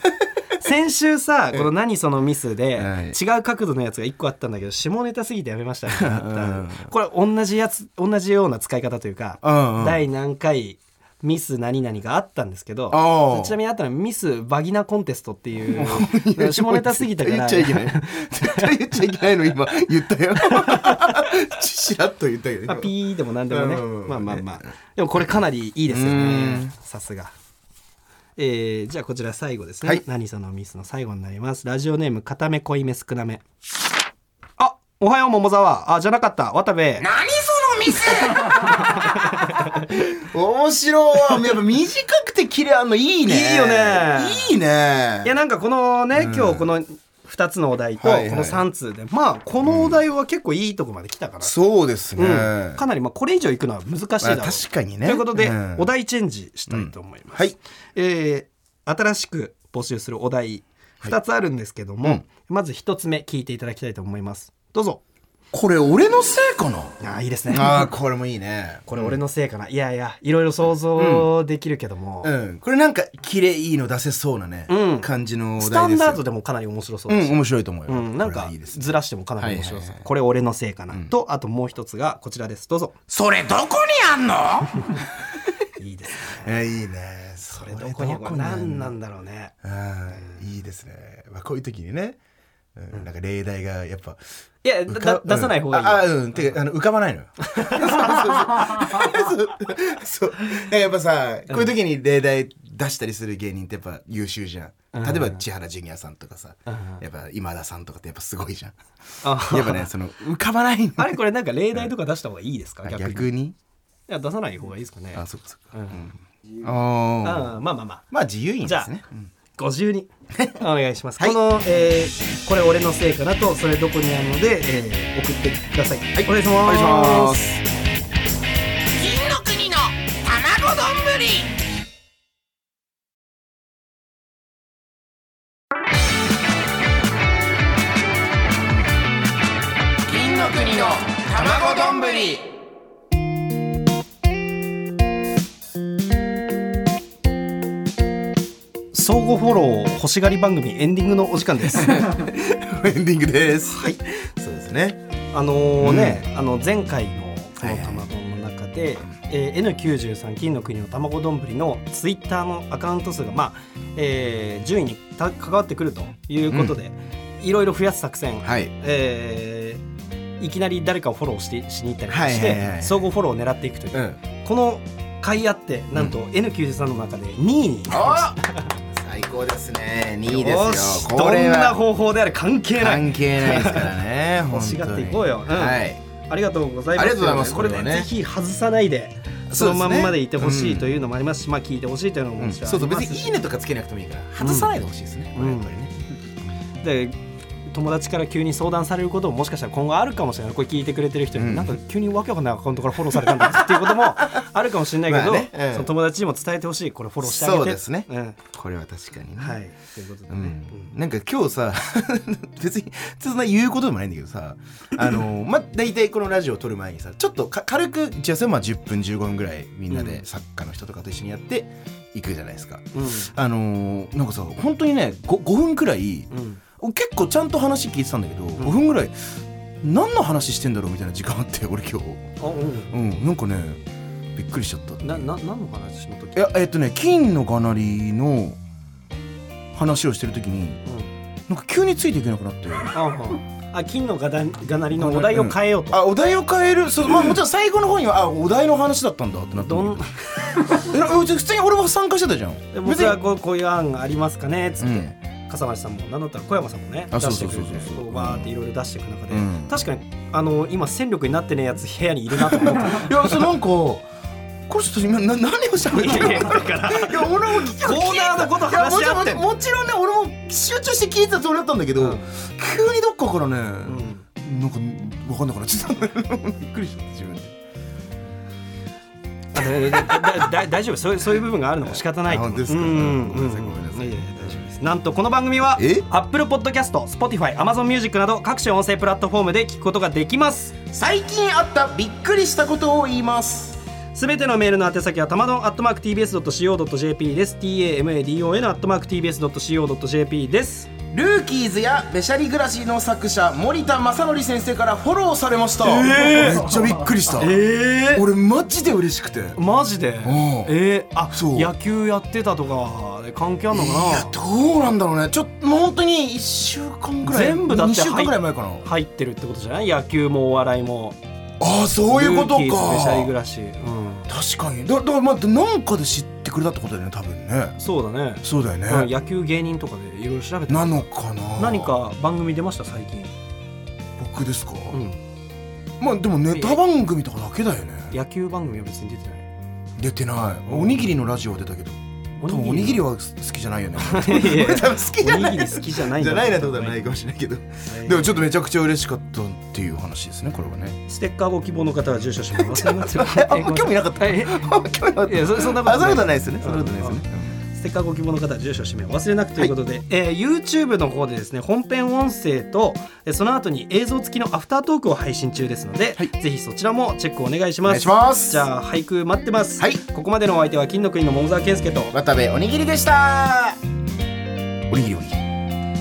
B: うん、先週さこの「何そのミス」で
C: はい
B: 違う角度のやつが1個あったんだけど下ネタすぎてやめ ましたねあったこれ同じやつ同じような使い方というか
C: うんうん
B: 第何回ミス何々があったんですけど
C: あー
B: ちなみにあったのはミスバギナコンテストっ ていう 下ネタすぎたか
C: 絶対言
B: ら
C: っちゃいけない。絶対言っちゃいけないの今言ったよ。 しらっと言ったけど
B: まあ、
C: 今。
B: ピーでもなんでもね、
C: うん
B: まあまあまあでもこれかなりいいですよ
C: うん
B: ねさすが、えーじゃあこちら最後ですね、
C: はい
B: 何そのミスの最後になりますラジオネーム固め濃いめ少なめあおはよう桃沢あじゃなかった渡部
D: 何そのミス
C: 面白い。やっぱ短くて綺麗あんのいいね。
B: いいよね
C: いいね
B: いや。なんかこのね、今日この2つのお題とこ
C: はいはい
B: の3通で、まあこのお題は結構いいとこまで来たから、
C: そうですね。
B: うんかなりまあこれ以上いくのは難しいだろう
C: まあ確かにね
B: ということで、
C: うん
B: お題チェンジしたいと思います、
C: うんはい
B: えー新しく募集するお題2つあるんですけども、
C: うん
B: まず1つ目聞いていただきたいと思いますどうぞ
C: これ俺のせいかな。
B: あーいいですね
C: ああこれもいいね。
B: これ俺のせいかな、いやいやいろいろ想像できるけども、
C: うん。これなんか綺麗いいの出せそうなね、
B: うん
C: 感じのお題ですよ
B: スタンダードでもかなり面白そう
C: う
B: です
C: ん面白いと思うよ。
B: うん、なん
C: これ
B: か
C: はいいですね
B: ずらしてもかなり面白そう、
C: はいはいはい
B: これ俺のせいかな、とあともう一つがこちらですどうぞ
D: それどこにあんの
B: いいですね
C: えいいね。そ
B: これどこにこれ何なんだろうね
C: あーいいですね。まあこういう時にね、うんなんか例題がやっぱ
B: いや
C: 浮か
B: だ出さない方がいいよ
C: ああうん。てかあの浮かばない のよ。 そうそうそうそう。そうやっぱさこういう時に例題出したりする芸人ってやっぱ優秀じゃん。例えば千原ジュニアさんとかさ、やっぱ今田さんとかってやっぱすごいじゃん。
B: あ
C: やっぱね その浮かばない の。
B: あれこれなんか例題とか出した方がいいですか
C: あ
B: 逆に
C: 逆に。
B: いや出さない方がいいですかね
C: あそっかそっか。
B: うん
C: うんああ。
B: あまあまあまあ
C: まあ自由意味ですね
B: じ。
C: うん
B: ご自 由にお願いします、
C: はい
B: この、えーこれ俺のせいかな」と「それどこにあるので」えー送ってください、はい、お願いします
C: お願いします。
D: 金の国の卵丼ぶり金の国の卵丼ぶり
B: 相互フォロー欲しがり番組エンディングのお時間です
C: エンディングです。はい。そうですね。
B: あのーね、あの前回のこの
C: はいはい
B: 卵の中で、えー N93 金の国の卵丼のツイッターのアカウント数が、まあえー順位にた関わってくるということで、いろいろ増やす作戦、
C: はい。
B: えーいきなり誰かをフォローしてしに行ったりとかして、
C: はいはいはい
B: 総合フォローを狙っていくという、
C: ん。
B: この甲斐あってなんと N93 の中で2位に。
C: あ最高ですね。2位
B: よ
C: です
B: し
C: よ。
B: ど
C: これ
B: んな
C: は
B: 方法であれ関係ない
C: 関係ないですからね。
B: 欲しがっていこ
C: 本
B: うよ
C: 当に
B: うん
C: はい。
B: ありがとうございます。
C: ありがとうございます
B: これね、
C: これはね
B: ぜひ外さないで、そ
C: そう
B: の
C: です
B: ま
C: ね
B: んまでいてほしいというのもありますし、まあ聞いてほしいというのももちろんあ
C: そうそ
B: り
C: う
B: ま
C: 別
B: すし
C: にいいねとかつけなくてもいいから外さないでほしいですね。
B: うん
C: これやっぱりね。
B: で友達から急に相談されることももしかしたら今後あるかもしれないこれ聞いてくれてる人に、
C: うん
B: なんか急にわけわかんないアカウントからフォローされたんだっていうこともあるかもしれないけど、
C: まあねうん
B: その友達にも伝えてほしいこれフォローしてあげて
C: そうですね
B: うん
C: これは確かにね。
B: はいということで
C: う
B: ね、
C: ん
B: うん
C: なんか今日さ 別にそんな言うことでもないんだけどさあ のまあ大体このラジオを撮る前にさちょっとか軽く打ち合わせをまあ10分15分ぐらいみんな
B: う
C: で作家の人とかと一緒にやっていくじゃないですか。
B: うん
C: あのーなんかさ本当にね 5, 5分くらい
B: うん
C: 結構ちゃんと話聞いてたんだけど、5分ぐらい何の話してんだろうみたいな時間あって俺今日、
B: あう
C: うん、なんかねびっくりしちゃったってい
B: ん
C: う
B: なな何の話の時
C: いやえっとね金のかなりの話をしてる時に
B: うん
C: なんか急についていけなくなって。
B: あうんあ金のがだがなりのお題を変えようと、
C: あお題を変えるそう、まあ、もちろん最後の方にはあお題の話だったんだってなった
B: ど
C: ん
B: ん
C: だけどえな普通に俺も参加してたじゃん
B: で僕はこうこういう案がありますかねっつっ
C: う
B: て、
C: ん
B: 笠原さんも何だったら小山さんもね
C: あ
B: 出
C: そう
B: し
C: そ
B: て
C: う
B: く
C: そう
B: れ
C: そう
B: てこうバーっていろいろ出していく中で、
C: うん
B: 確かにあの今戦力になってねえやつ部屋にいるなと思って
C: いやそれなんかこれちょっと今な何をしゃべってるのい
B: だから
C: や俺も聞
B: コーナーのこと
C: いや
B: 話
C: も
B: し
C: ちろ
B: 合
C: ん
B: ってんの
C: もちろんね俺も集中して聞いてたつもりだったんだけど、
B: うん
C: 急にどっかからね、
B: うん
C: なんか分かんなくなっちゃったびっくりしちゃった自分で
B: あのだだだ大丈夫そういうそういう部分があるのも仕方ないと思う
C: あ本当ですか
B: うん
C: ごめんなさいごめんなさい
B: やや大丈夫ですなんとこの番組は
C: え
B: Apple Podcast、Spotify、Amazon Music など各種音声プラットフォームで聞くことができます
C: 最近あったびっくりしたことを言います
B: すべてのメールの宛先はたまどん @tbs.co.jp です tamadon@tbs.co.jp です
C: ルーキーズやべしゃり暮らしの作者森田正則先生からフォローされました、めっちゃびっくりした、
B: え
C: 俺マジで嬉しくて
B: マジで
C: ん
B: えー、あ
C: そう
B: 野球やってたとかで関係あんのか
C: いや
B: な
C: どうなんだろうねちょっともう本当に1週間ぐらい
B: 全部だって
C: 2週間
B: 入っ
C: ぐらい前かな
B: 入ってるってことじゃない野球もお笑いも
C: ああそういうことか
B: ルーキーズベシャリ暮らし、う
C: 確かにだだからまあなんかで知ってくれたってことだよね多分ね
B: ん、そうだね
C: そうだよね、
B: うん野球芸人とかでいろいろ調べて
C: なのかな
B: 何か番組出ました最近、
C: 僕ですか、
B: うん、
C: まあでもネタ番組とかだけだよね
B: 野球番組は別に出てない
C: 出てないおにぎりのラジオは出たけど多分おにぎりは好きじゃない よね
B: いや いや
C: 俺多分好きじゃ
B: お
C: な
B: に
C: い
B: ぎり好きじゃないん
C: じ
B: だ
C: ゃないなってことはないかもしれないけどでもちょっとめちゃくちゃ嬉しかったっていう話ですねこれはね
B: ステッカーご希望の方は住所氏名忘れなくて
C: あ興味なかった
B: え
C: 興味なかっ
B: いやそそんなこ
C: たあ
B: と
C: そういうことはい
B: な
C: ないですねそんなことないですね
B: ステッカーご希望の方は住所氏名を忘れなくということで、えー YouTube の方でですね本編音声とえーその後に映像付きのアフタートークを配信中ですので、
C: はい
B: ぜひそちらもチェックお願いし
C: お
B: ま
C: 願い
B: す
C: します
B: じゃあ俳句待ってます、
C: はい
B: ここまでのお相手は金の国の桃沢健介と
C: 渡部おにぎりでしたおにぎりおに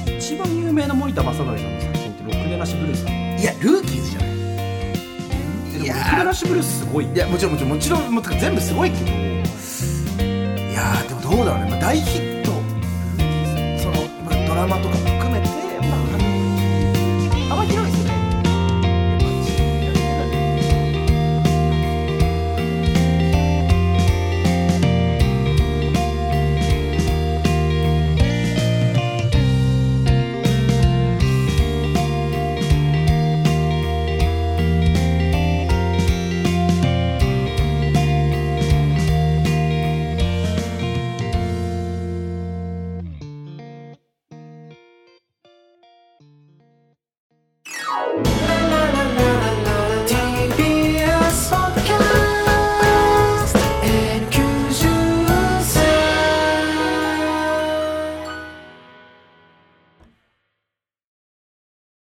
C: ぎり
B: 一番有名な森田正成さんの作品ってロックデナシブルースだね
C: いやルーキーズじゃない
B: でも
C: い
B: ロ
C: やー
B: ックデナシブルースすごいよ
C: いやもちろんもちろんもちろんもうてか全部すごいけどいやーでもどうだろうね、まあ、大ヒッ